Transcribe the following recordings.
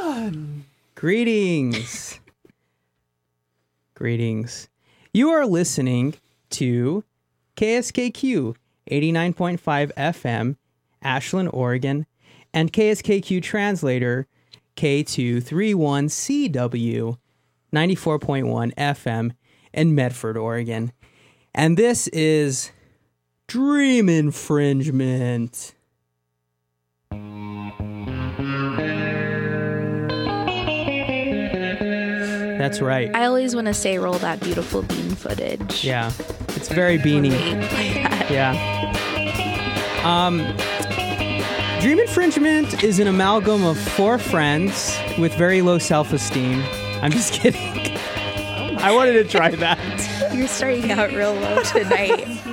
God. Greetings. Greetings. You are listening to KSKQ 89.5 FM, Ashland, Oregon, and KSKQ translator K231CW 94.1 FM in Medford, Oregon. And this is Dream Infringement. That's right. I always want to say roll that beautiful bean footage. Yeah. It's very beanie. Yeah. Um, Dream Infringement is an amalgam of four friends with very low self esteem. I'm just kidding. I wanted to try that. You're starting out real low tonight.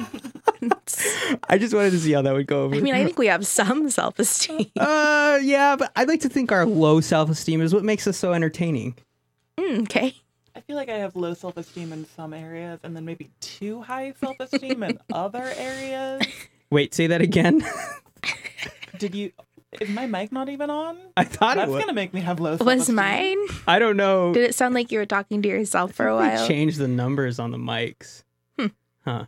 I just wanted to see how that would go over. I mean, I think we have some self esteem. uh, yeah, but I'd like to think our low self esteem is what makes us so entertaining. Hmm, okay. I feel like I have low self esteem in some areas and then maybe too high self esteem in other areas. Wait, say that again. Did you. Is my mic not even on? I thought it That's was. going to make me have low self esteem. Was mine? I don't know. Did it sound like you were talking to yourself for a They while? changed the numbers on the mics. Hmm. Huh.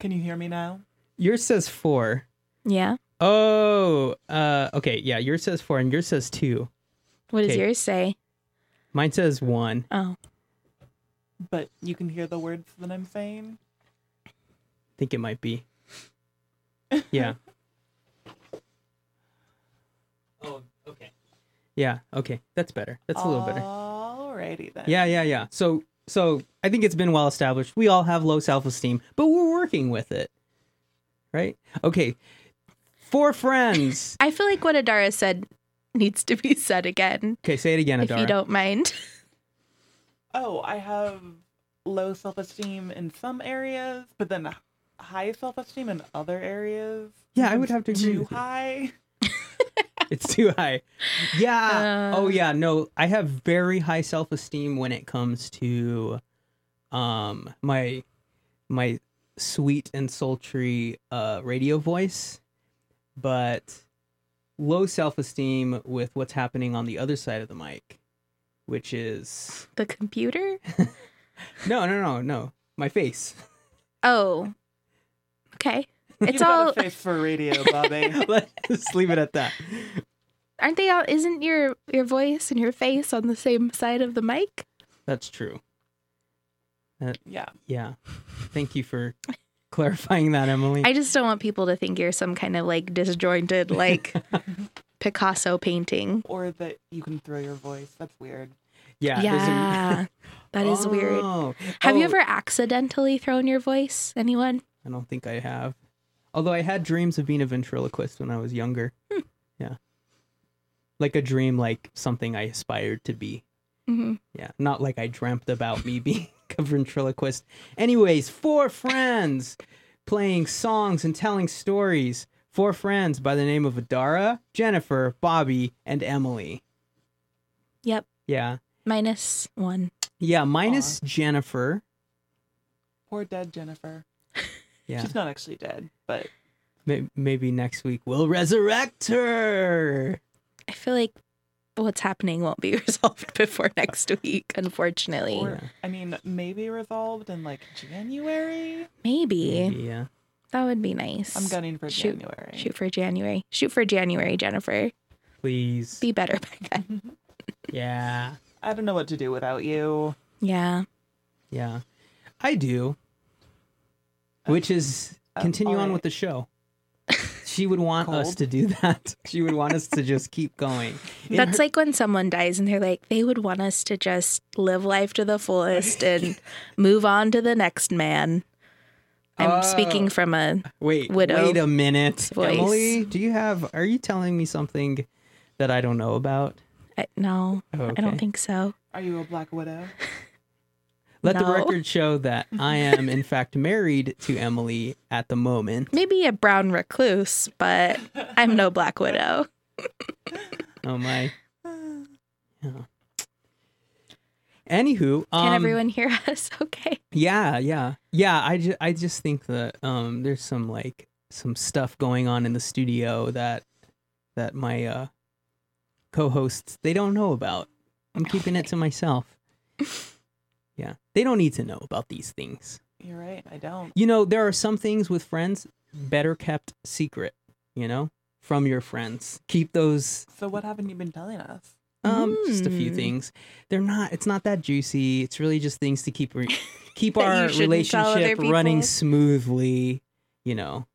Can you hear me now? Yours says four. Yeah. Oh, uh, okay. Yeah, yours says four and yours says two. What does Okay. yours say? Mine says one. Oh, But you can hear the words that I'm saying? I think it might be. Yeah. oh, okay. Yeah, okay. That's better. That's a little better. Alrighty then. Yeah, yeah, yeah. So, so I think it's been well established. We all have low self esteem, but we're working with it, right? Okay. Four friends. I feel like what Adara said needs to be said again, Okay, say it again, if you Adara. don't mind. Oh, I have low self esteem in some areas, but then high self esteem in other areas. Yeah, I would have to agree Too with you. high. It's too high. Yeah. Um, oh yeah. No, I have very high self esteem when it comes to um my my sweet and sultry uh radio voice, but low self esteem with what's happening on the other side of the mic, which is The computer? no no no no. My face. Oh, okay. It's You've all. got a face for radio, Bobby. Let's just leave it at that. Aren't they all? Isn't your your voice and your face on the same side of the mic? That's true. yeah. Yeah. Thank you for clarifying that, Emily. I just don't want people to think you're some kind of like disjointed like Picasso painting. Or that you can throw your voice. That's weird. yeah. there's a- Yeah, that is weird. Oh. Have you Oh, ever accidentally thrown your voice? Anyone? I don't think I have. Although I had dreams of being a ventriloquist when I was younger. Hmm. Yeah. Like a dream, like something I aspired to be. Mhm. Yeah. Not like I dreamt about me being a ventriloquist. Anyways, four friends playing songs and telling stories. Four friends by the name of Adara, Jennifer, Bobby, and Emily. Yep, Yeah. minus one. Yeah. Minus Jennifer. Poor dead Jennifer. Yeah. She's not actually dead, but May- Maybe next week we'll resurrect her. I feel like what's happening won't be resolved before next week, unfortunately. or I mean, maybe resolved in like January. Maybe Yeah. that would be nice. I'm gunning for Shoot. January. Shoot for January. Shoot for January, Jennifer. Please. Be better by then. Yeah. I don't know what to do without you. Mm-hmm. Yeah. Yeah. I do. Which is Um, continue on alright. with the show. She would want us Cold. to do that. She would want us to just keep going. In That's like when someone dies and they're like, they would want us to just live life to the fullest and move on to the next man. I'm Oh. speaking from a. Wait, Widow wait a minute. voice. Emily, do you have are you telling me something that I don't know about? I, no, I Okay. don't think so. Are you a black widow? Let the No. record show that I am in fact married to Emily at the moment. Maybe a brown recluse, but I'm no black widow. Oh my. Yeah. Anywho, um, Can everyone hear us? Okay. Yeah, yeah, yeah. I just, I just think that um, there's some like some stuff going on in the studio that that my uh, co-hosts they don't know about. I'm keeping it to myself. Yeah, they don't need to know about these things. You're right. I don't. You know, there are some things with friends better kept secret, you know, from your friends. Keep those So what haven't you been telling us? um just a few Mm. things. They're not it's not that juicy. It's really just things to keep re- keep That you our shouldn't tell other relationship running people. smoothly, you know.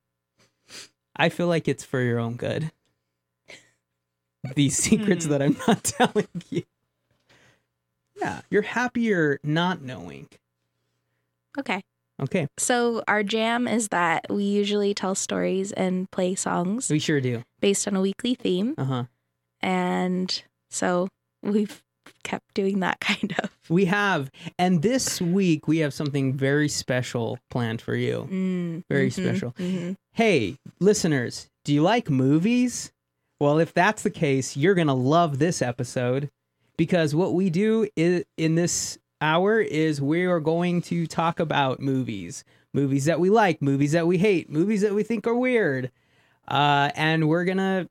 I feel like it's for your own good. These secrets Hmm. that I'm not telling you. Yeah, you're happier not knowing. Okay. Okay, So our jam is that we usually tell stories and play songs we sure do. based on a weekly theme. Uh huh. And so we've kept doing that kind of. We have. And this week, we have something very special planned for you. Mm, Very mhm, special. mhm. Hey, listeners, do you like movies? Well, if that's the case, you're going to love this episode because what we do i in this hour is we are going to talk about movies movies that we like, movies that we hate, movies that we think are weird. Uh, and we're going to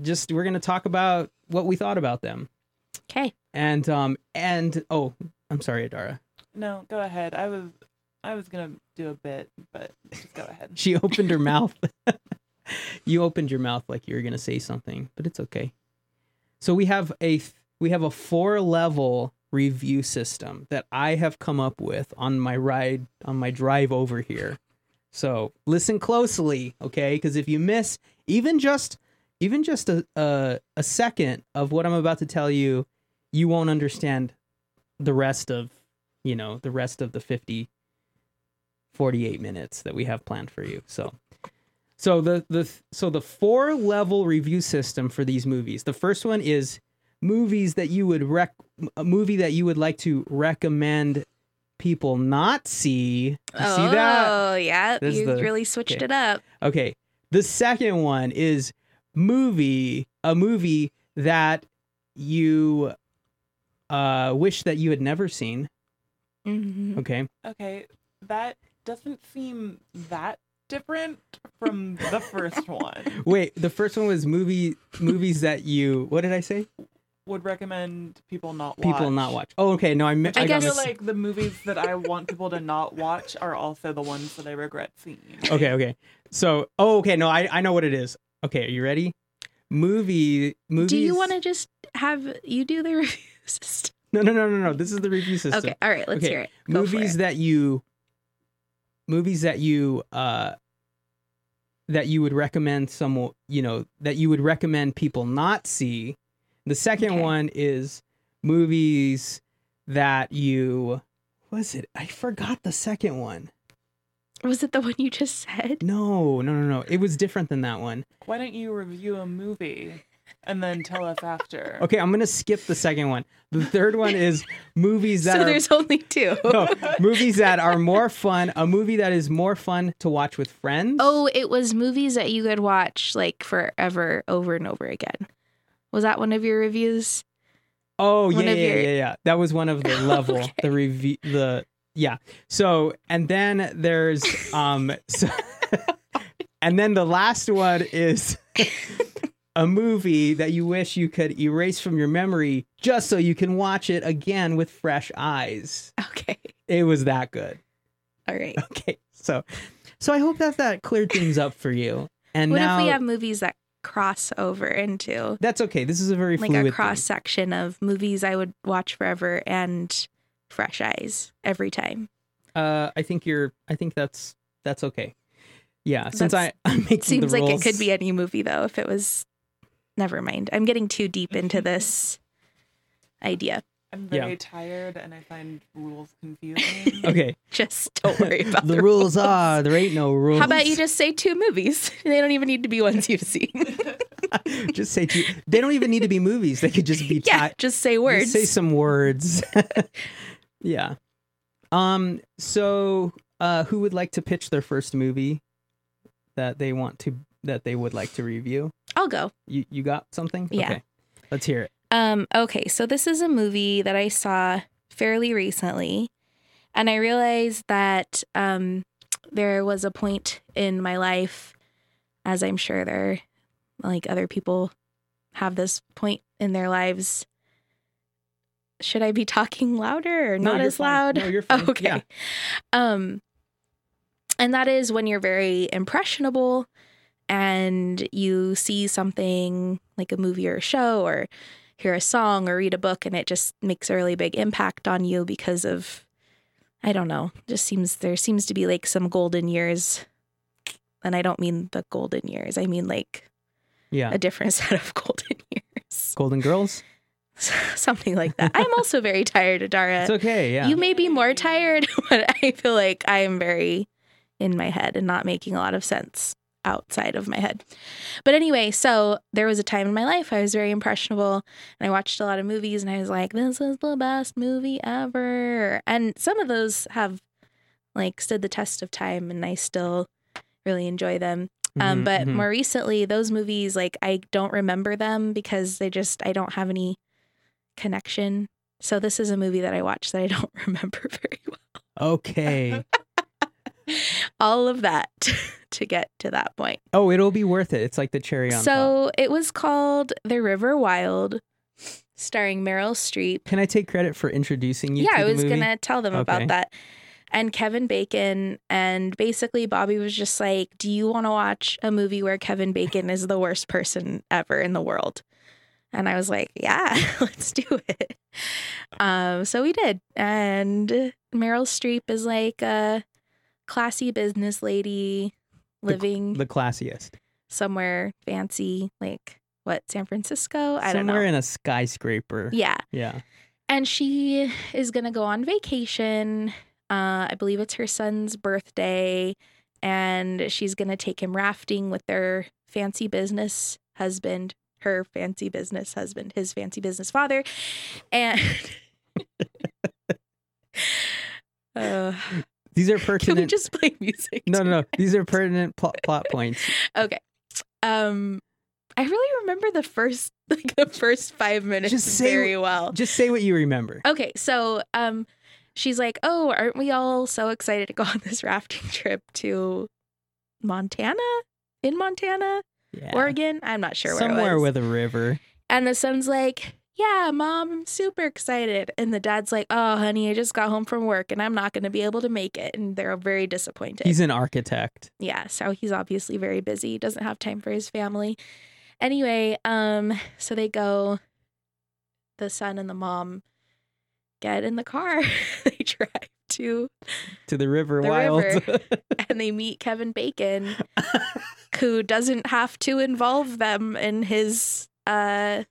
just, we're going to talk about what we thought about them. Okay. And, um, and, oh, I'm sorry, Adara. No, go ahead. I was I was gonna do a bit, but just go ahead. She opened her mouth. you opened your mouth like you were gonna say something, but it's okay. So we have a we have a four level review system that I have come up with on my ride on my drive over here. So listen closely, okay? Because if you miss even just even just a, a a second of what I'm about to tell you, you won't understand the rest of you know the rest of the 50 48 minutes that we have planned for you. So so the the so the four level review system for these movies. The first one is movies that you would rec a movie that you would like to recommend people not see. You see that? Oh, yeah. This is you the- really switched okay. it up. Okay. The second one is movie a movie that you uh wish that you had never seen. Mhm. Okay. Okay, that doesn't seem that different from the first one. Wait, the first one was movie movies that you what did I say? Would recommend people not watch. people not watch. Oh, okay. No, I, mi- I, I, got feel mis- like the movies that I want people to not watch are also the ones that I regret seeing. Okay, okay. So, oh, okay. No, I, I know what it is. Okay, are you ready? Movie, movies. Do you want to just have you do the review system? No, no, no, no, no. This is the review system. Okay. All right. Let's Okay, hear it. Go for movies it. that you, movies that you, uh, that you would recommend someone, you know, that you would recommend people not see. The second Okay. one is movies that you. what Was it? I forgot the second one. Was it the one you just said? No, no, no, no. It was different than that one. Why don't you review a movie and then tell us after? Okay, I'm gonna skip the second one. The third one is movies that So are there's only two. no, movies that are more fun. A movie that is more fun to watch with friends. Oh, it was movies that you could watch like forever over and over again. Was that one of your reviews? oh yeah, one yeah, of yeah, your- yeah, yeah. That was one of the level, Okay. the review, the yeah. So and then there's um, so, and then the last one is. A movie that you wish you could erase from your memory just so you can watch it again with fresh eyes. Okay. It was that good. All right. okay so so i hope that that cleared things up for you and what now if we have movies that cross over into that's okay this is a very like fluid a thing. cross section of movies I would watch forever and fresh eyes every time? uh i think you're i think that's that's okay yeah since i That's- i'm making It seems the like it rules- could be any movie though if it was never mind. I'm getting too deep Mm-hmm. into this idea. I'm Yeah. very tired and I find rules confusing. okay Just don't worry about the, rules are there ain't no rules How about you just say two movies? They don't even need to be ones you've seen. just say two they don't even need to be movies they could just be ti- yeah, just say Just words. say some words yeah um so uh who would like to pitch their first movie that they want to that they would like to review I'll go. You you got something? Yeah. Okay. Let's hear it. Um, okay, so this is a movie that I saw fairly recently, and I realized that um, there was a point in my life, as I'm sure there, like other people have this point in their lives. Should I be talking louder or No, not you're as fine. loud? No, you're fine. Okay. Mm, Yeah. Um and that is when you're very impressionable and you see something like a movie or a show or hear a song or read a book and it just makes a really big impact on you because of I don't know. Just seems there seems to be like some golden years. And I don't mean the golden years. I mean like Yeah. a different set of golden years. Golden Girls. Something like that. I'm also very tired, Adara. It's okay. Yeah. You may be more tired, but I feel like I am very in my head and not making a lot of sense outside of my head. But anyway, so there was a time in my life I was very impressionable and I watched a lot of movies and I was like, this is the best movie ever. And some of those have like stood the test of time and I still really enjoy them. Um, Mhm, but mhm. more recently, those movies, like I don't remember them because they just I don't have any connection. So this is a movie that I watched that I don't remember very well. okay. All of that to get to that point. Oh, it'll be worth it. It's like the cherry on top. So it was called The River Wild, starring Meryl Streep. Can I take credit for introducing you? yeah, to I the was movie? gonna tell them Okay. about that. And Kevin Bacon, and basically Bobby was just like, "Do you want to watch a movie where Kevin Bacon is the worst person ever in the world?" And I was like, "Yeah, let's do it." Um, so we did, and Meryl Streep is like a classy business lady The- living the classiest. somewhere fancy, like what San Francisco? I don't Somewhere know. in a skyscraper. yeah, Yeah. and she is going to go on vacation. Uh, I believe it's her son's birthday, and she's going to take him rafting with their fancy business husband, her fancy business husband, his fancy business father. And. Uh, These are can we pertinent. just play music? No, no, no. These are pertinent plot, plot points. Okay. Um, I really remember the first like the first five minutes Just say- very well. Just say what you remember. Okay, so um, she's like, "Oh, aren't we all so excited to go on this rafting trip to Montana? In Montana, Yeah. Oregon? I'm not sure where Somewhere it was." with a river. and the son's like." Yeah, mom, I'm super excited. And the dad's like, Oh, honey, I just got home from work and I'm not going to be able to make it. And they're very disappointed. He's an architect. yeah, so he's obviously very busy, doesn't have time for his family. Anyway, um, so they go, the son and the mom get in the car. they drive to To the river The wild. river. and they meet Kevin Bacon, who doesn't have to involve them in his uh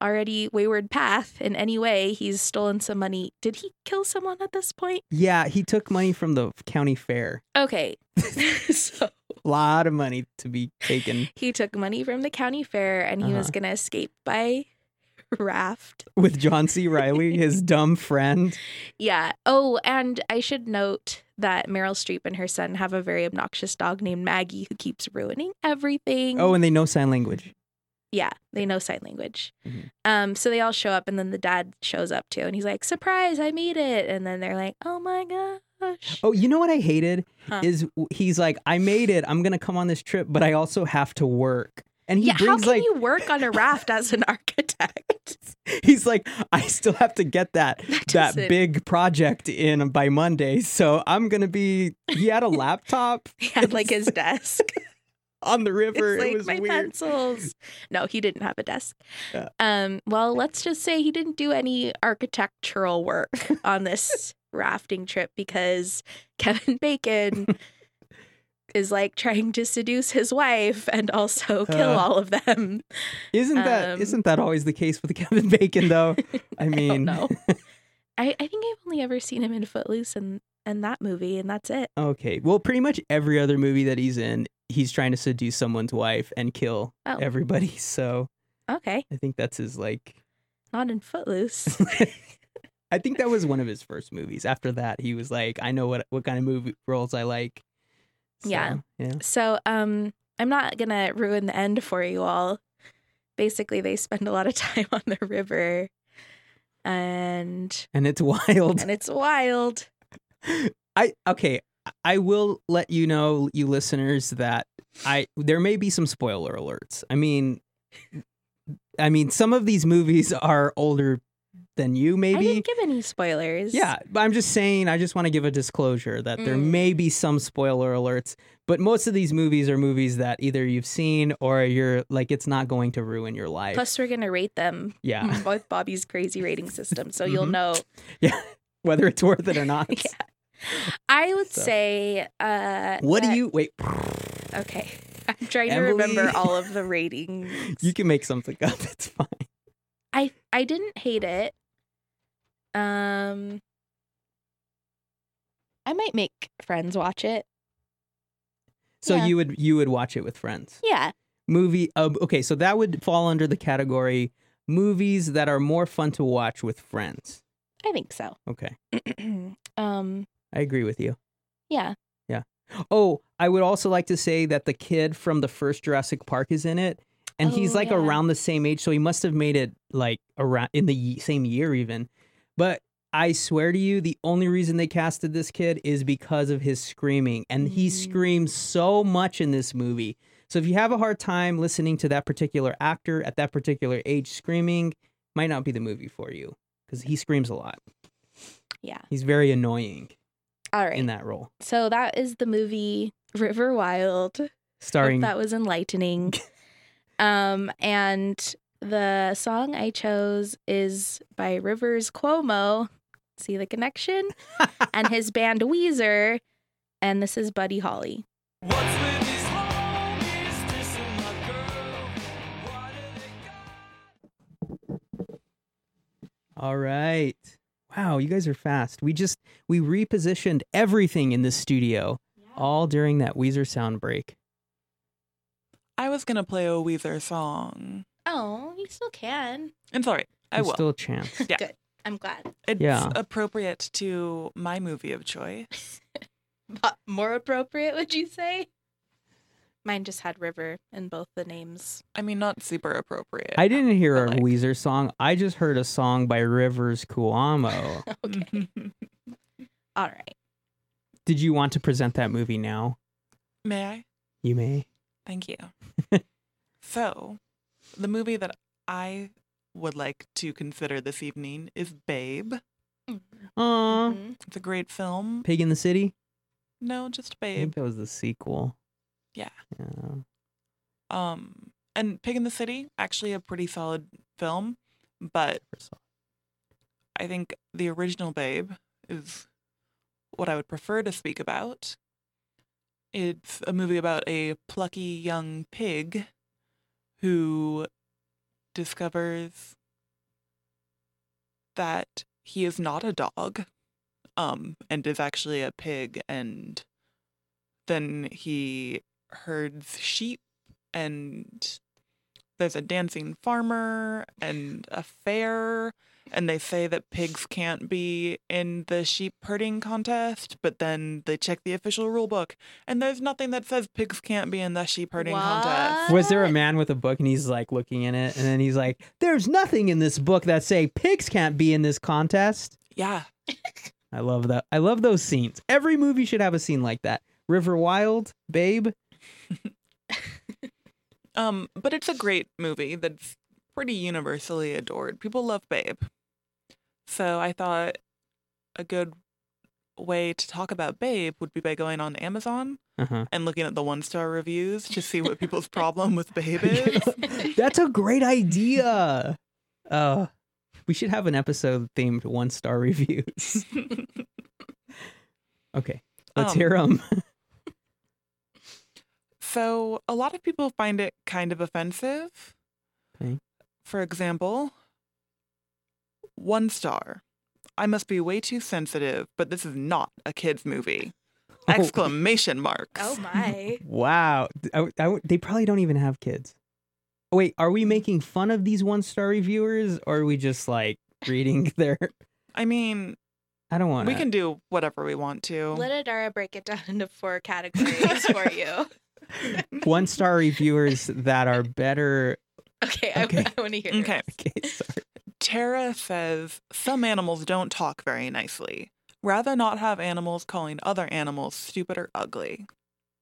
already wayward path in any way. He's stolen some money. Did he kill someone at this point? yeah, he took money from the county fair. Okay. so A lot of money to be taken he took money from the county fair and he was Uh-huh. going to escape by raft. with John C. Riley, his dumb friend. Yeah. Oh, and I should note that Meryl Streep and her son have a very obnoxious dog named Maggie who keeps ruining everything. Oh, and they know sign language. yeah, they know sign language. Mhm. Um so they all show up and then the dad shows up too and he's like, "Surprise, I made it." And then they're like, "Oh my gosh." Oh, you know what I hated Huh. is he's like, I made it. I'm gonna come on this trip, but I also have to work. And he yeah, how brings can like you work on a raft as an architect? He's like, I still have to get that That that doesn't- big project in by Monday, so I'm gonna be. He had a laptop He had like his desk. on the It's river. like it was my weird. pencils. No, he didn't have a desk. Yeah. Um, well, let's just say he didn't do any architectural work on this rafting trip because Kevin Bacon is like trying to seduce his wife and also kill Uh, all of them. Isn't that um, not that always the case with Kevin Bacon though? I I don't mean, know. I, I think I've only ever seen him in Footloose and, and that movie, and that's it. okay. Well, pretty much every other movie that he's in, he's trying to seduce someone's wife and kill Oh. everybody. So Okay. I think that's his like. Not in Footloose. I think that was one of his first movies. After that, he was like, I know what what kind of movie roles I like. Yeah. So, Yeah. So, um, I'm not gonna ruin the end for you all. Basically, they spend a lot of time on the river, and And it's wild. and it's wild. I okay. I will let you know, you listeners, that I there may be some spoiler alerts. I mean, I mean, some of these movies are older than you, I maybe. didn't give any spoilers. Yeah, but I'm just saying, I just want to give a disclosure that there Mm. may be some spoiler alerts, but most of these movies are movies that either you've seen or you're like, it's not going to ruin your life. Plus, we're gonna rate them yeah, with Bobby's crazy rating system, so you'll Mhm. know. whether it's worth it or not. Yeah. I would So. say. Uh, What do that- you wait? Okay, I'm trying Emily. to remember all of the ratings. You can make something up. It's fine. I I didn't hate it. Um, I might make friends watch it. So Yeah. you would you would watch it with friends. Yeah, Movie. Uh, okay, so that would fall under the category movies that are more fun to watch with friends. I think so. Okay, um, I agree with you. yeah. Oh, I would also like to say that the kid from the first Jurassic Park is in it, and he's Oh, like yeah. around the same age, so he must have made it like around in the ye- same year even. But I swear to you, the only reason they casted this kid is because of his screaming, and he Mm. screams so much in this movie. So if you have a hard time listening to that particular actor at that particular age screaming, might not be the movie for you because he screams a lot. Yeah. He's very annoying All right. in that role, so that is the movie River Wild. starring Hope that was enlightening. um, and the song I chose is by Rivers Cuomo. See the connection? and his band Weezer. And this is Buddy Holly. All right. Wow, you guys are fast. We just we repositioned everything in the studio all during that Weezer sound break. I was gonna play a Weezer song. Oh, you still can. It's all right. I There's will. still a chance. Yeah. Good. I'm glad. it's Yeah. appropriate to my movie of choice. But Uh, more appropriate, would you say? Mine just had River in both the names. I mean, not super appropriate. I didn't hear But, a like- Weezer song. I just heard a song by Rivers Cuomo. Okay. All right. Did you want to present that movie now? May I? You may. Thank you. so, the movie that I would like to consider this evening is Babe. Aw. Mhm. It's a great film. Pig in the City? No, just I think Babe. that was the sequel. Yeah. Yeah. Um, and Pig in the City, actually a pretty solid film, but I think the original Babe is what I would prefer to speak about. It's a movie about a plucky young pig who discovers that he is not a dog um and is actually a pig and then he herds sheep and there's a dancing farmer and a fair and they say that pigs can't be in the sheep herding contest but then they check the official rule book and there's nothing that says pigs can't be in the sheep herding contest Was there a What? man with a book and he's like looking in it and then he's like, There's nothing in this book that say pigs can't be in this contest. yeah I love that. I love those scenes. Every movie should have a scene like that. River Wild, Babe. Um, but it's a great movie that's pretty universally adored. People love Babe. So I thought a good way to talk about Babe would be by going on Amazon Uh-huh. and looking at the one star reviews to see what people's problem with Babe is. That's a great idea. Uh, we should have an episode themed one star reviews. okay, let's Um, hear 'em. hear them. So a lot of people find it kind of offensive. Okay. For example, one star. I must be way too sensitive, but this is not a kids movie. Oh. Exclamation marks. Oh my. Wow. I- I- they probably don't even have kids. Oh, Wait, are we making fun of these one star reviewers or are we just like reading their. I mean, I don't want we can do whatever we want to. Adara break it down into four categories for you. one star reviewers that are better. Okay, I- Okay. want to hear. Okay. Okay, sorry. Tara says some animals don't talk very nicely. Rather not have animals calling other animals stupid or ugly.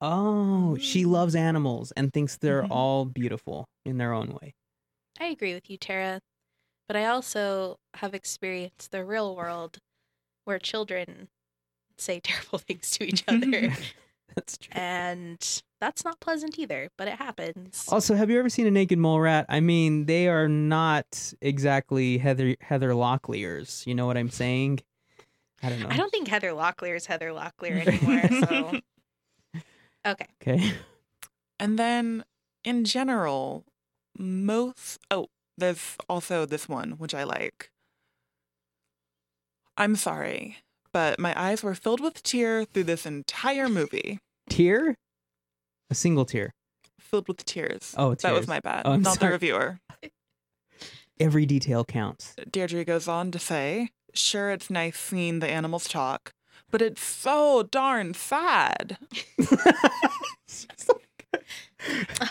Oh, she Mm. Mm-hmm. loves animals and thinks they're Mhm. all beautiful in their own way. I agree with you, Tara. But I also have experienced the real world where children say terrible things to each other. Oh, That's true. and that's not pleasant either, but it happens. Also, have you ever seen a naked mole rat? I mean, they are not exactly Heather Heather Locklears. You know what I'm saying? I don't know. I don't think Heather Locklear is Heather Locklear anymore. so, okay. Okay. And then in general, most oh, there's also this one which I like. I'm sorry, but my eyes were filled with tear through this entire movie. Tear? A single tear. Filled with tears. Oh, tears. that was my bad. Oh, I'm Not sorry. the reviewer. Every detail counts. Deirdre goes on to say, sure it's nice seeing the animals talk, but it's so darn sad.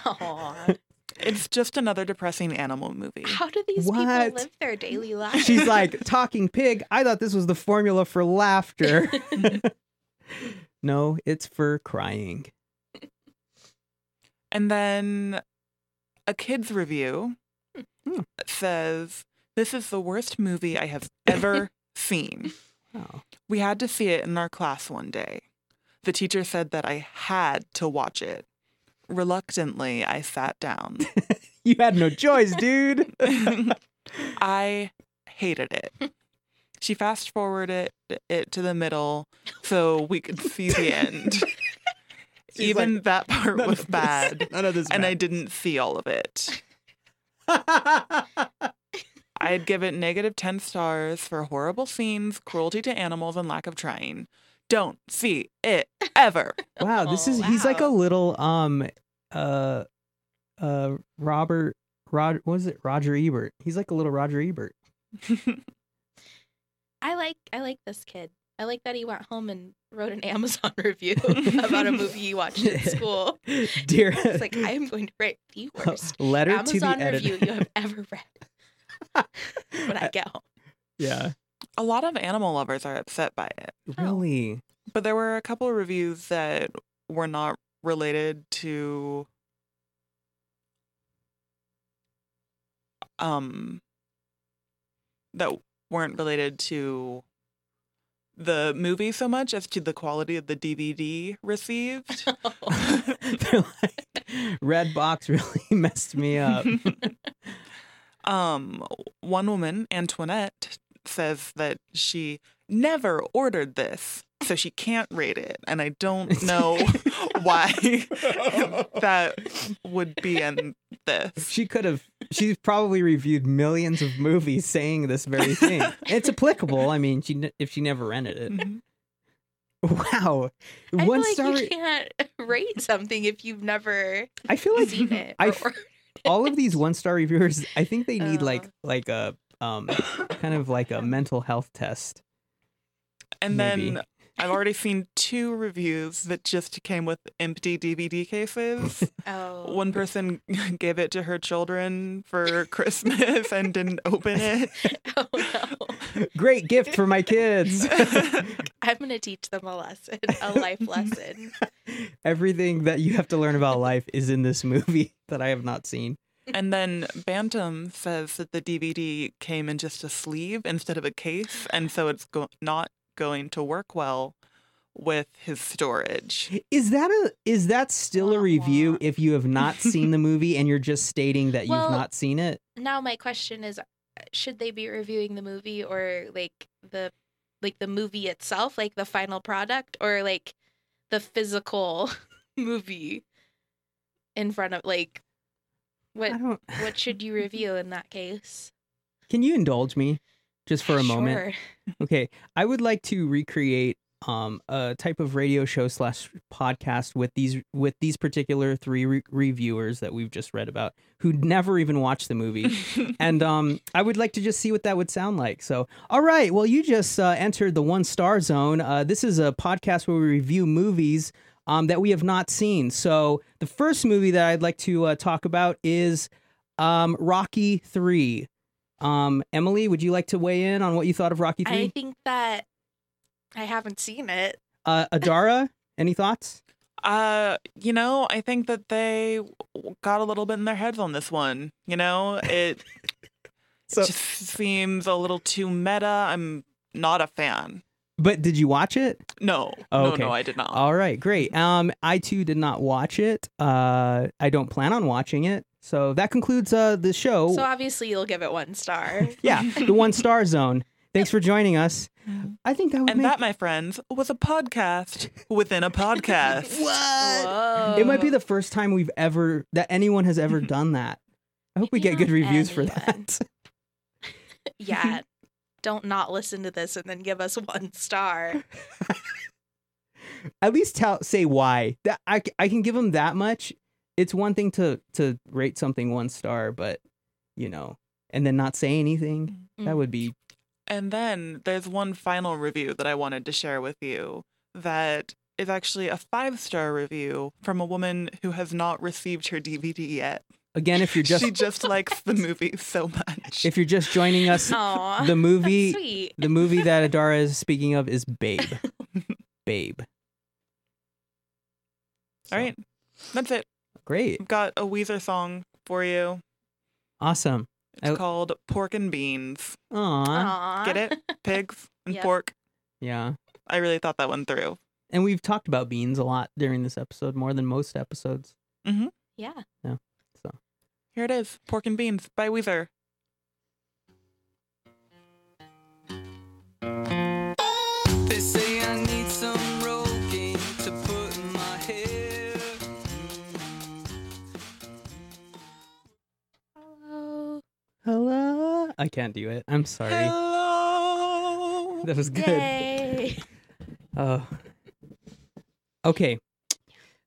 Aw. It's just another depressing animal movie. How do these What? people live their daily lives? She's like, talking pig. I thought this was the formula for laughter. no, it's for crying. And then a kid's review Hmm. says, This is the worst movie I have ever seen. Oh. We had to see it in our class one day. The teacher said that I had to watch it. Reluctantly, I sat down. You had no choice, dude. I hated it. She fast forwarded it to the middle so we could see the end. She's Even that part "None was of this- bad, None of this. and I didn't see all of it. I. I'd give it negative 10 stars for horrible scenes, cruelty to animals, and lack of trying. Don't see it ever. Wow, this is Oh, he's like a wow. little um uh uh Robert Rod what was it Roger Ebert. He's like a little Roger Ebert. I like I like this kid. I like that he went home and wrote an Amazon review about a movie he watched at school. Dear It's like I am going to write the worst letter Amazon Oh, to the review editor. you have ever read when I get home. yeah. A lot of animal lovers are upset by it. Really? But there were a couple of reviews that were not related to um that weren't related to the movie so much as to the quality of the DVD received. They're like Red Box really messed me up. um, one woman, Antoinette, says that she never ordered this, so she can't rate it, and I don't know why that would be in this. She could have she's probably reviewed millions of movies saying this very thing. It's applicable. I mean, she ne- if she never rented it. Mhm. Wow. I One feel star like you can't rate something if you've never I feel like seen it. I or f- all of these one star reviewers i think they need Oh. like like a um kind of like a mental health test And Maybe. then I've already seen two reviews that just came with empty DVD cases. oh, One person gave it to her children for Christmas and didn't open it. oh no. great gift for my kids I'm gonna teach them a lesson, a life lesson. everything that you have to learn about life is in this movie that i have not seen And then Bantam says that the DVD came in just a sleeve instead of a case, and so it's go- not going to work well with his storage. is that a is that still a Wah, review wah. if you have not seen the movie and you're just stating that Well- you've not seen it Now my question is, should they be reviewing the movie or like the like the movie itself, like the final product, or like the physical movie in front of like i what don't what should you review in that case? can you indulge me just for a moment Sure. Okay, I would like to recreate um, a type of radio show slash podcast with these with these particular three re- reviewers that we've just read about who never even watched the movie. And um, I would like to just see what that would sound like. So, all right, well, you just uh, entered the one star zone. Uh, this is a podcast where we review movies um, that we have not seen. So, the first movie that I'd like to uh, talk about is um, Rocky Three. Um, Emily, would you like to weigh in on what you thought of Rocky Three? I think that I haven't seen it. Uh, Adara, any thoughts? Uh, you know, I think that they w- got a little bit in their heads on this one. You know, it So- just seems a little too meta. I'm not a fan. But did you watch it? No, Oh, no, okay. no, I did not. All right, great. Um, I too did not watch it. Uh, I don't plan on watching it. So that concludes uh the show. So obviously you'll give it one star. yeah, the one star zone. Thanks for joining us. I think that would and make that, my friends, was a podcast within a podcast. what Whoa. it might be the first time we've ever that anyone has ever done that. I hope we get good Not reviews for anyone. that. yeah. Don't not listen to this and then give us one star. At least tell say why. That I, c- I can give them that much. It's one thing to to rate something one star, but you know, and then not say anything. That Mm. would be And then there's one final review that I wanted to share with you that is actually a five star review from a woman who has not received her DVD yet. again if you're just she just likes the movie so much. if you're just joining us Aw, the movie that's sweet. the movie that Adara is speaking of is Babe. Babe. All right. That's it. Great. I've got a Weezer song for you. Awesome. It's Oh. called Pork and Beans. Aw. Aw. Get it? Pigs and Yep. pork. Yeah. I really thought that one through. And we've talked about beans a lot during this episode, more than most episodes. Yeah. Here it is Pork and Beans by Weezer. They say I need some Rogaine to put in my hair. Hello. Hello. I can't do it. I'm sorry. Hello. That was good. Yay. Oh. Okay.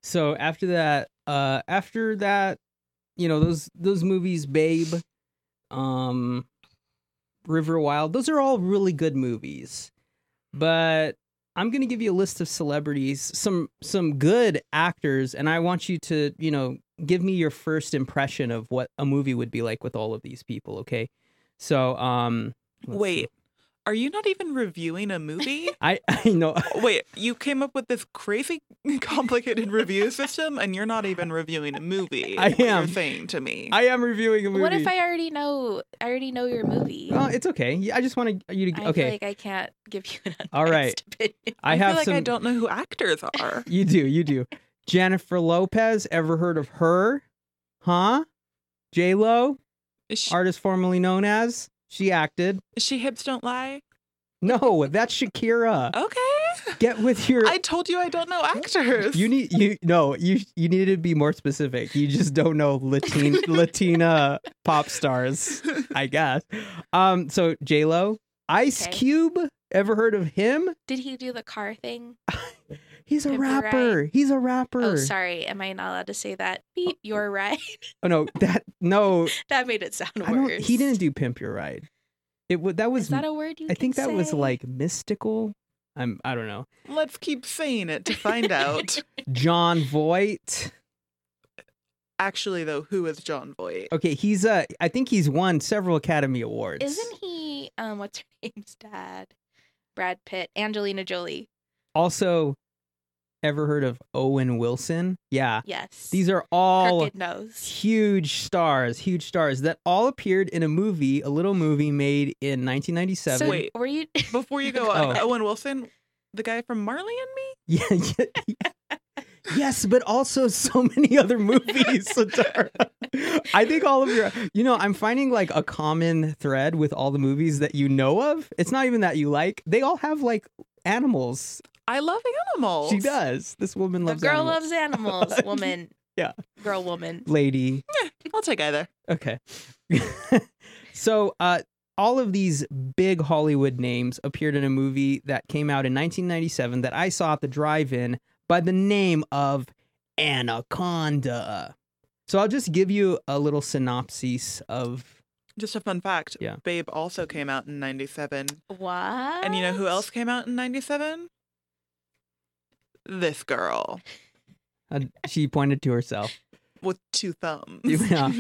So after that, uh after that, you know, those those movies, Babe, um River Wild, those are all really good movies. But I'm going to give you a list of celebrities, some some good actors, and I want you to, you know, give me your first impression of what a movie would be like with all of these people, okay? So, um let's see. Wait, are you not even reviewing a movie? I I know Wait, you came up with this crazy complicated review system and you're not even reviewing a movie. I is what am. You're saying to me. I am reviewing a movie. What if I already know? I already know your movie. Oh, it's okay. Yeah, I just want to you to I okay. feel like I can't give you an All right. honest opinion. I, feel have like some. I don't know who actors are. You do. You do. Jennifer Lopez. Ever heard of her? Huh? J Lo, Is she, artist formerly known as. She acted. is she hips don't lie? No, that's Shakira. Okay. Get with your. I told you I don't know actors. You need you no you you need to be more specific. You just don't know Latin Latina pop stars, I guess. Um, so J Lo, Ice Okay. Cube. Ever heard of him? Did he do the car thing? He's a Could be right. rapper. He's a rapper. Oh, sorry. Am I not allowed to say that? Beep. You're right. Oh no, that no. that made it sound worse. I don't. He didn't do pimp your ride. It wa- that was. Is that a word you? I think can that was say? like mystical. I'm. I don't know. Let's keep saying it to find out. John Voight. Actually, though, who is John Voight? Okay, he's uh I think he's won several Academy Awards. Isn't he? Um, what's her name's dad? Brad Pitt, Angelina Jolie. Also, ever heard of Owen Wilson? Yeah, Yes. these are all crooked nose. huge stars. Huge stars that all appeared in a movie, a little movie made in 1997. So Wait. were you? Before you go Oh. on, Owen Wilson, the guy from Marley and Me? Yeah, yeah, yeah. yes, but also so many other movies. Satara. I think all of your, you know, I'm finding like a common thread with all the movies that you know of. It's not even that you like; they all have like animals. I love animals. She does. This woman The loves girl animals. loves animals. Woman. Yeah. Girl, woman. lady. I'll take either. Okay. so, uh, all of these big Hollywood names appeared in a movie that came out in 1997 that I saw at the drive in by the name of Anaconda. So, I'll just give you a little synopsis of. Just a fun fact. Yeah. Babe also came out in 97. What? And you know who else came out in 97? This girl Uh, she pointed to herself. with two thumbs. Yeah.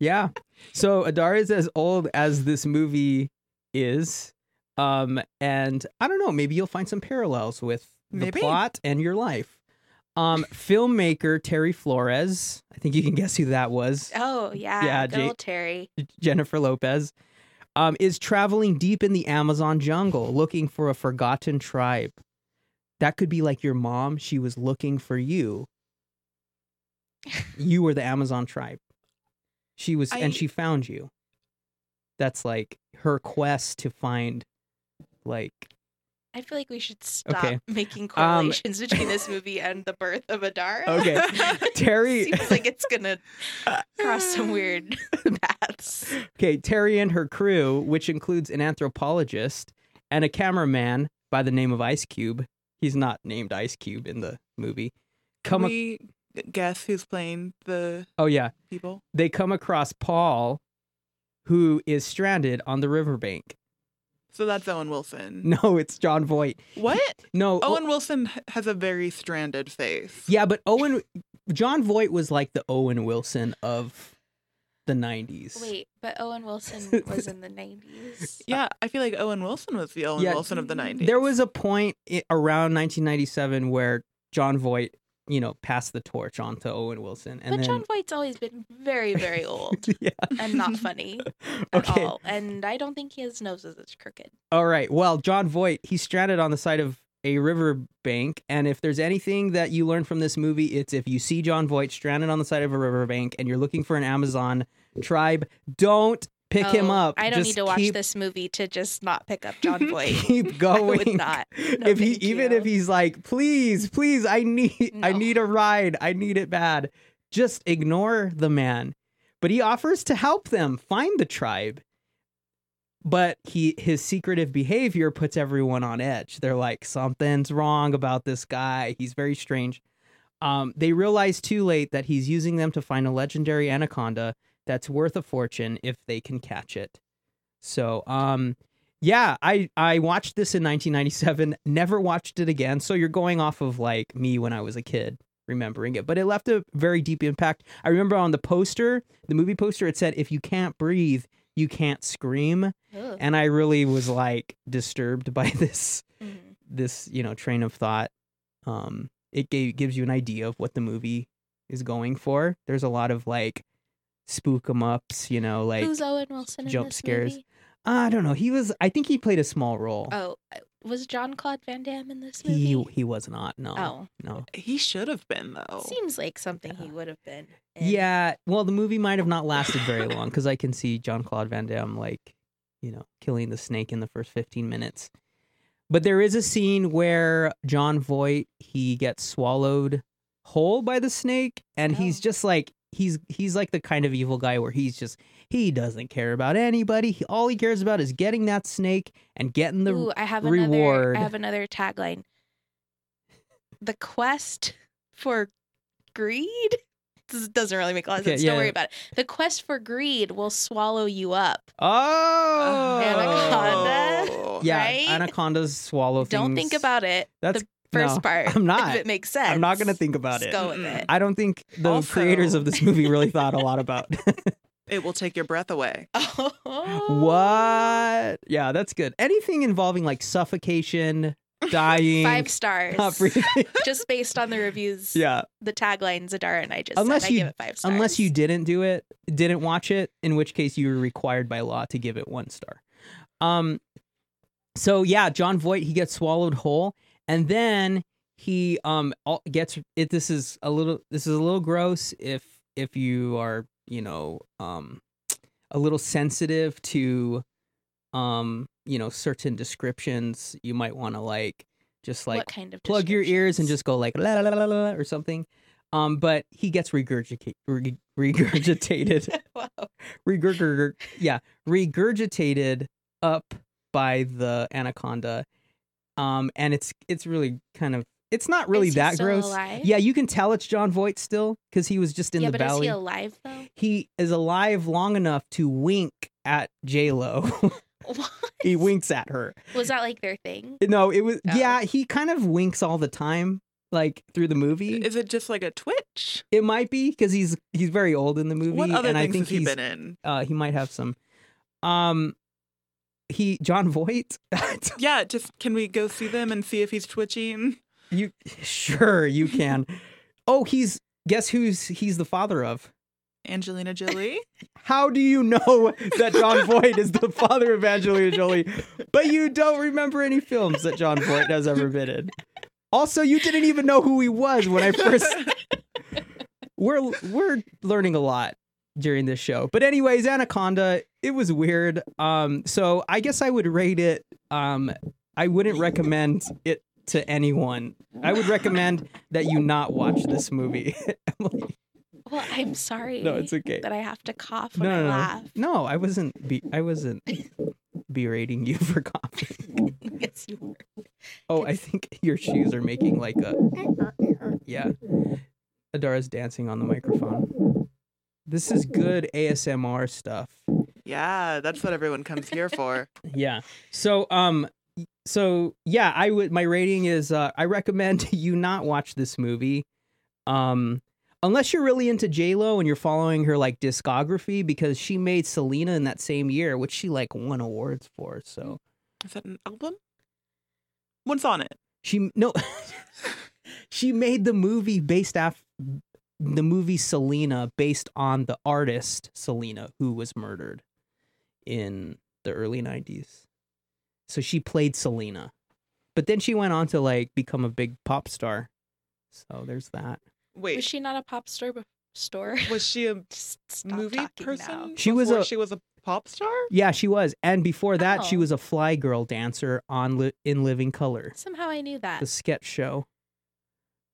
yeah. So Adar is as old as this movie is. Um, and I don't know, maybe you'll find some parallels with the Maybe. plot and your life. Um, filmmaker Terry Flores. I think you can guess who that was. Oh yeah, Yeah, good Jake- old Terry. Jennifer Lopez, um, is traveling deep in the Amazon jungle looking for a forgotten tribe. That could be like your mom. She was looking for you. You were the Amazon tribe. She was, I- and she found you. That's like her quest to find, like, I feel like we should stop Okay. making correlations between this movie and the birth of Adara. Okay. Terry. Seems like it's gonna cross some weird paths. Okay, Terry and her crew, which includes an anthropologist and a cameraman by the name of Ice Cube. He's not named Ice Cube in the movie. Come, Can ac- we guess who's playing the oh yeah, people? they come across Paul, who is stranded on the riverbank. So that's Owen Wilson. No, it's John Voight. What? No, oh- Owen Wilson h- has a very stranded face. yeah, but Owen, John Voight was like the Owen Wilson of the '90s. Wait, but Owen Wilson was in the nineties. Yeah, I feel like Owen Wilson was the Owen Uh, Yeah, mm, Wilson of the 90s. There was a point i around 1997 where John Voight, you know, passed the torch on to Owen Wilson, and But then John White's always been very, very old yeah, and not funny at okay, all. And I don't think his nose is as crooked. all right. Well, John Voight, he's stranded on the side of a riverbank, and if there's anything that you learn from this movie, it's if you see John Voight stranded on the side of a riverbank and you're looking for an Amazon tribe, don't pick him Oh, up. I don't Just need to watch keep- this movie to just not pick up John Boyd. Keep going. I would not. No, if he thank even you. if he's like please please i need i No. need a ride i need it bad just ignore the man but he offers to help them find the tribe but he his secretive behavior puts everyone on edge they're like something's wrong about this guy he's very strange um, they realize too late that he's using them to find a legendary anaconda that's worth a fortune if they can catch it so um yeah, I I watched this in 1997, never watched it again. So you're going off of like me when I was a kid remembering it, but it left a very deep impact. I remember on the poster, the movie poster it said if you can't breathe, you can't scream, Ugh. and I really was like disturbed by this Mhm. this, you know, train of thought. Um it gave, gives you an idea of what the movie is going for. There's a lot of like spook 'em ups, you know, like Who's Owen Wilson in jump this scares. movie? I don't know. He was I think he played a small role. Oh, was John Claude Van Damme in this movie? He he was not. No. Oh. No. He should have been, though. Seems like something he would have been. in. Yeah. Well, the movie might have not lasted very long because I can see John Claude Van Damme like, you know, killing the snake in the first fifteen minutes. But there is a scene where John Voight he gets swallowed whole by the snake, and he's Oh. just like he's he's like the kind of evil guy where he's just he doesn't care about anybody. He, all he cares about is getting that snake and getting the Ooh, I have reward. another. I have another tagline. The quest for greed. This doesn't really make a lot of Okay, sense. yeah. Don't worry about it. The quest for greed will swallow you up. oh Anaconda. Oh. Yeah, right? anacondas swallow Oh, things. Don't think about it. That's- the first no, part. I'm not. If it makes sense. I'm not gonna think about Just it. go with Mm-mm. it. I don't think the Also- creators of this movie really thought a lot about It will take your breath away. what. Yeah, that's good. Anything involving like suffocation, dying, Five stars. not breathing. just based on the reviews, yeah, the taglines Adara and I just Unless said, you- I give it five stars. unless you didn't do it, didn't watch it, in which case you were required by law to give it one star. Um, so yeah, John Voight he gets swallowed whole, and then he um al- gets it. This is a little this is a little gross if if you are you know um a little sensitive to um you know certain descriptions you might want to like just like what kind of plug your ears and descriptions? just go like la la la la la la or something. Um, but he gets regurgitate, re- regurgitated, Wow. regurg, yeah, regurgitated up by the anaconda. Um, and it's it's really kind of it's not really Is he that still gross. alive? Yeah, you can tell it's John Voight still because he was just in yeah, the but valley. is he alive though? he is alive long enough to wink at J Lo. What? he winks at her. Was that like their thing? No, it was Oh. yeah. He kind of winks all the time, like through the movie. Is it just like a twitch? It might be because he's he's very old in the movie, What other and I things think has he he's been in? uh, he might have some. Um, he John Voight. Yeah, just can we go see them and see if he's twitching? you sure you can? Oh, he's guess who's he's the father of? Angelina Jolie. How do you know that John Voight is the father of Angelina Jolie, but you don't remember any films that John Voight has ever been in? Also, you didn't even know who he was when I first. we're we're learning a lot during this show, but anyways, Anaconda. It was weird. Um, so I guess I would rate it. Um, I wouldn't recommend it to anyone. I would recommend that you not watch this movie. Emily, Well, I'm sorry no, it's okay. that I have to cough when No, I no, no, laugh. no. I wasn't. Be- I wasn't berating you for coughing. yes, you were. Oh, I think your shoes are making like a. Yeah, Adara's dancing on the microphone. This is good ASMR stuff. Yeah, that's what everyone comes here for. Yeah. So um, so yeah, I would. My rating is. Uh, I recommend you not watch this movie. Um. Unless you're really into J Lo and you're following her like discography, because she made Selena in that same year, which she like won awards for. So Is that an album? What's on it? She no. she made the movie based off the movie Selena based on the artist Selena who was murdered in the early 90s. So she played Selena. But then she went on to like become a big pop star. So there's that. Wait, Was she not a pop star? bef- Store? was she a Just stop movie talking person? now. She was before a- She was a pop star. Yeah, she was. And before that, she Oh. was a fly girl dancer on li- in Living Color. Somehow I knew that. the sketch show.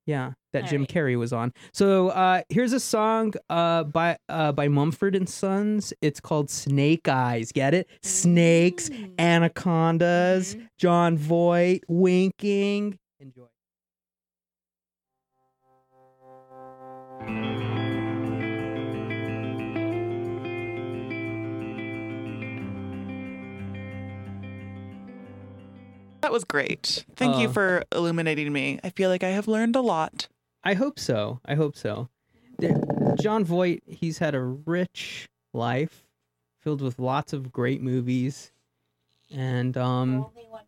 Yeah, that All Jim right. Carrey was on. So uh, here's a song uh, by uh, by Mumford and Sons. It's called Snake Eyes. Get it? Snakes, Mm. anacondas, Mhm. John Voight, winking. Enjoy. That was great. Thank you Uh, for illuminating me. I feel like I have learned a lot. I hope so. I hope so. There- John Voight, he's had a rich life filled with lots of great movies. And The um only one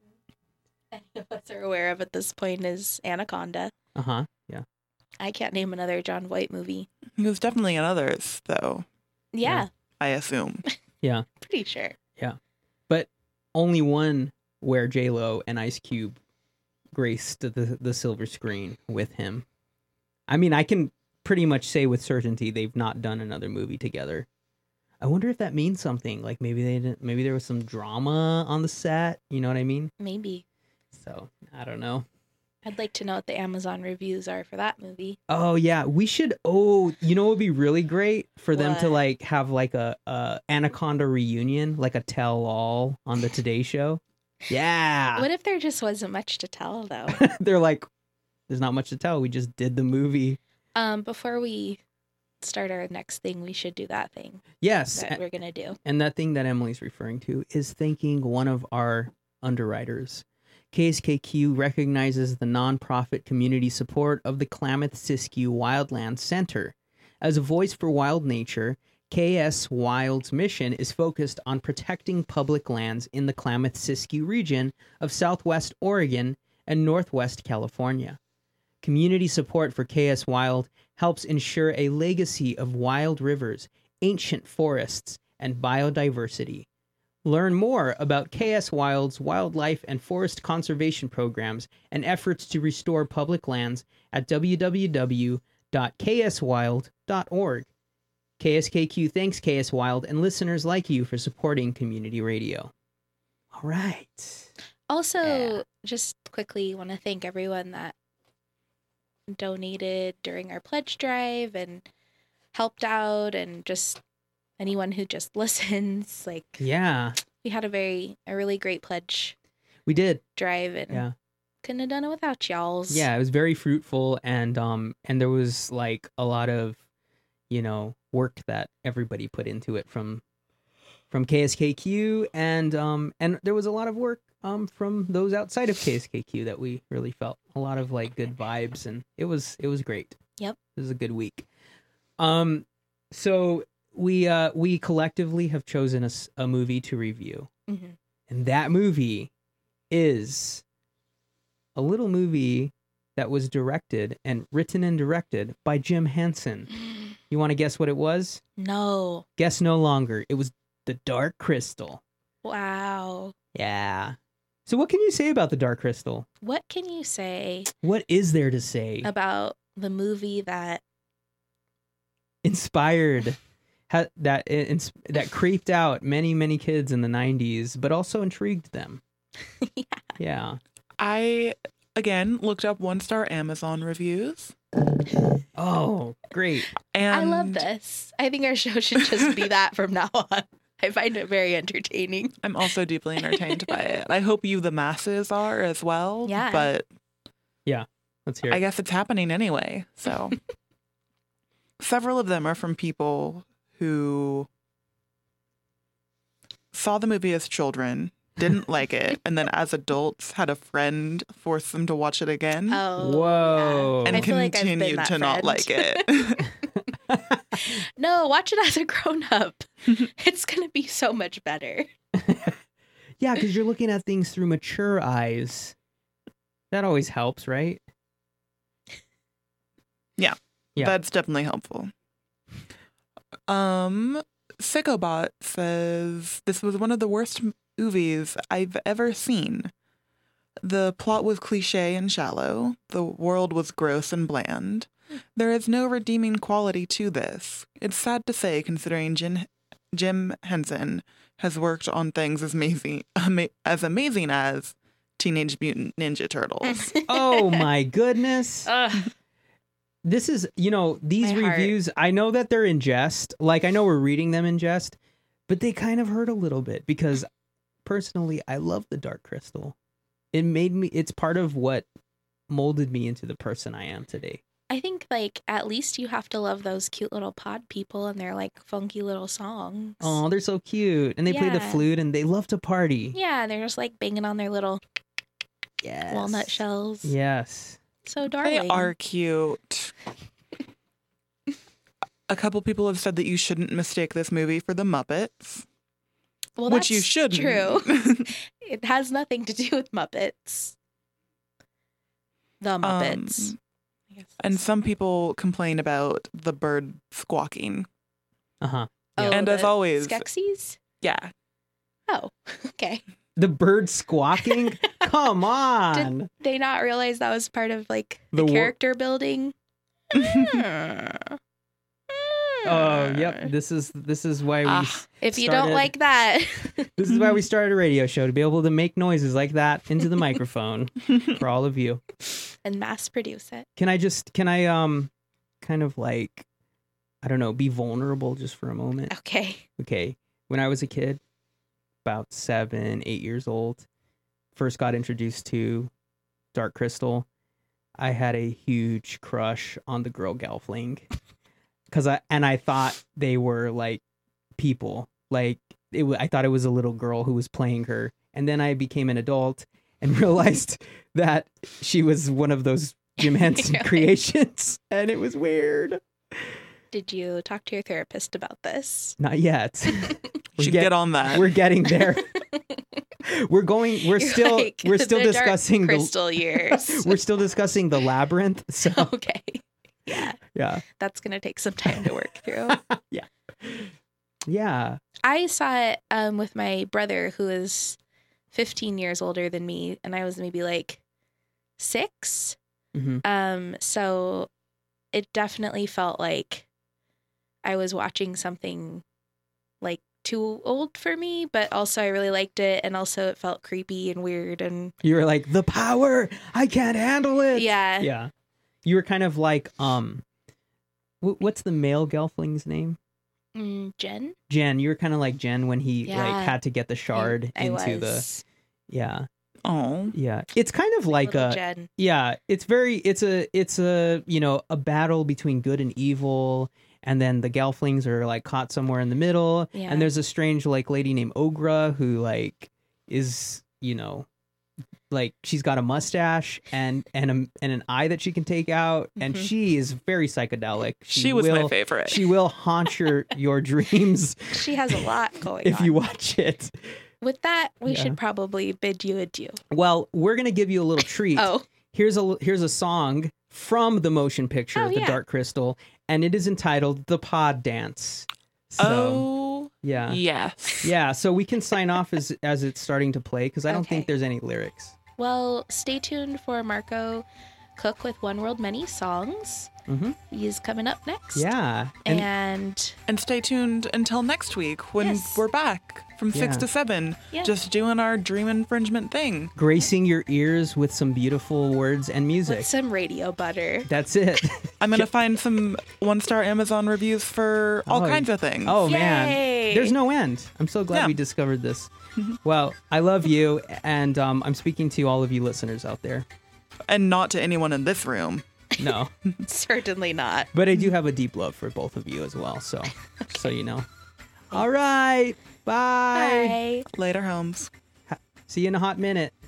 any of us are aware of at this point is Anaconda. uh-huh. I can't name another John White movie. He was definitely in others, though. Yeah, Yeah. I assume. pretty sure. only one where J Lo and Ice Cube graced the the silver screen with him. I mean, I can pretty much say with certainty they've not done another movie together. I wonder if that means something. Like maybe they didn't. Maybe there was some drama on the set. You know what I mean? Maybe. So I don't know. I'd like to know what the Amazon reviews are for that movie. Oh yeah, we should. Oh, you know, it would be really great for them to What? like have like a, a Anaconda reunion, like a tell all on the Today Show. Yeah. What if there just wasn't much to tell though? they're like, there's not much to tell. We just did the movie. um, before we start our next thing, we should do that thing Yes. that a- we're gonna do. And that thing that Emily's referring to is thanking one of our underwriters. KSKQ recognizes the nonprofit community support of the Klamath Siskiyou Wildland Center. As a voice for wild nature, KS Wild's mission is focused on protecting public lands in the Klamath Siskiyou region of southwest Oregon and northwest California. Community support for KS Wild helps ensure a legacy of wild rivers, ancient forests, and biodiversity. Learn more about KS Wild's wildlife and forest conservation programs and efforts to restore public lands at www.kswild.org. KSKQ thanks KS Wild and listeners like you for supporting community radio. All right. Also, Yeah. just quickly want to thank everyone that donated during our pledge drive and helped out, and just anyone who just listens. Like, Yeah, we had a very, a really great pledge we did. drive, and Yeah. couldn't have done it without y'all's. Yeah, it was very fruitful and um and there was like a lot of you know work that everybody put into it from from KSKQ and um and there was a lot of work um from those outside of KSKQ that we really felt a lot of like good vibes and it was it was great. Yep. It was a good week. Um so we uh we collectively have chosen a, s- a movie to review. Mhm. And that movie is a little movie that was directed and written and directed by Jim Henson. You want to guess what it was? No. Guess no longer. It was The Dark Crystal. Wow. Yeah. So what can you say about The Dark Crystal? What can you say What is there to say? about the movie that inspired ha- that uh, ins- that creeped out many many kids in the 90s but also intrigued them Yeah. yeah I again looked up one star Amazon reviews. oh great And I love this? Um, I think our show should just be that from now on. I find it very entertaining. I'm also deeply entertained by it. I hope you, the masses, are as well. Yeah. But let's hear I it guess it's happening anyway. So several of them are from people who saw the movie as children, didn't like it, and then as adults had a friend force them to watch it again. Oh. Whoa. yeah. And I feel like I've been continued that to not friend. like it. No, watch it as a grown up. it's going to be so much better. yeah because you're looking at things through mature eyes that always helps right Yeah. That's definitely helpful. Um, Sickobot says this was one of the worst m- movies I've ever seen. The plot was cliche and shallow. The world was gross and bland. There is no redeeming quality to this. It's sad to say, considering Jim, Jim Henson has worked on things as amazing, ama- as amazing as Teenage Mutant Ninja Turtles. oh my goodness Ugh. this is you know these Oh. My heart. reviews i know that they're in jest like i know we're reading them in jest but they kind of hurt a little bit because personally i love the dark crystal it made me it's part of what molded me into the person i am today I think, like, at least you have to love those cute little pod people and their, like, funky little songs. oh they're so cute and they play the Yeah. flute and they love to party Yeah, they're just, like, banging on their little yes. walnut shells. yes So darling. They are cute. A couple people have said that you shouldn't mistake this movie for The Muppets, well, which you that's shouldn't. True. it has nothing to do with Muppets. The Um, Muppets. I guess and that's- some people complain about the bird squawking. uh-huh oh, and as the always, Skeksis? yeah, Oh, okay. the bird squawking come on Did they not realize that was part of like The the, wor- character building? Mm. oh yep Mm. this is this is why we Ah. If you started- don't like that, This is why we started a radio show to be able to make noises like that into the microphone for all of you. and mass produce it. Can I just can I um kind of like I don't know, be vulnerable just for a moment? Okay. Okay. When I was a kid, about 7, 8 years old, first got introduced to Dark Crystal, I had a huge crush on the girl Gelfling. Cuz I and I thought they were like people. Like it wa- I thought it was a little girl who was playing her. And then I became an adult and realized that she was one of those Jim Henson Really? creations and it was weird. Did you talk to your therapist about this? Not yet. We're should get- get, on that. we're getting there. we're going. We're You're still. like, we're still the dark discussing the. crystal years. We're still discussing the labyrinth. So okay. Yeah, yeah, that's gonna take some time to work through. yeah. I saw it um, with my brother who is 15 years older than me, and I was maybe like six. Mhm. Um, so it definitely felt like I was watching something like too old for me, but also I really liked it, and also it felt creepy and weird, and You were like the power. I can't handle it. yeah, Yeah. You were kind of like um, wh- what's the male Gelfling's name? Mm, Jen. Jen. You were kind of like Jen when he Yeah. like had to get the shard I, I into the. was Yeah. oh, Yeah. It's kind of like uh, little a. Jen. yeah it's very it's a it's a you know a battle between good and evil and then the gelflings are like caught somewhere in the middle Yeah. and there's a strange like lady named ogra who like is you know like she's got a mustache and and a, and an eye that she can take out and Mhm. she is very psychedelic she, was my will- favorite. she will haunt your your dreams She has a lot going if on. you watch it With that, we Yeah. should probably bid you adieu. well we're gonna give you a little treat Oh, here's a here's a song from the motion picture, Oh, The yeah. Dark Crystal, and it is entitled "The Pod Dance." So, oh yeah, yes. yeah. So we can sign off as as it's starting to play because I don't Okay. think there's any lyrics. Well, stay tuned for Marco Cook with One World Many Songs. Mhm. He's coming up next. Yeah, and, Mm-hmm. And, And stay tuned until next week when Yes. we're back from six Yeah. to seven, Yeah. just doing our dream infringement thing. gracing your ears with some beautiful words and music. with some radio butter. That's it. I'm gonna find some one star Amazon reviews for all Oh, kinds of things. Oh Yay. man, there's no end. I'm so glad Yeah. we discovered this. well, I love you, and um, I'm speaking to all of you listeners out there. and not to anyone in this room. No, Certainly not. but I do have a deep love for both of you as well. So, so you know. All right, bye. Bye. Later, Holmes. See you in a hot minute.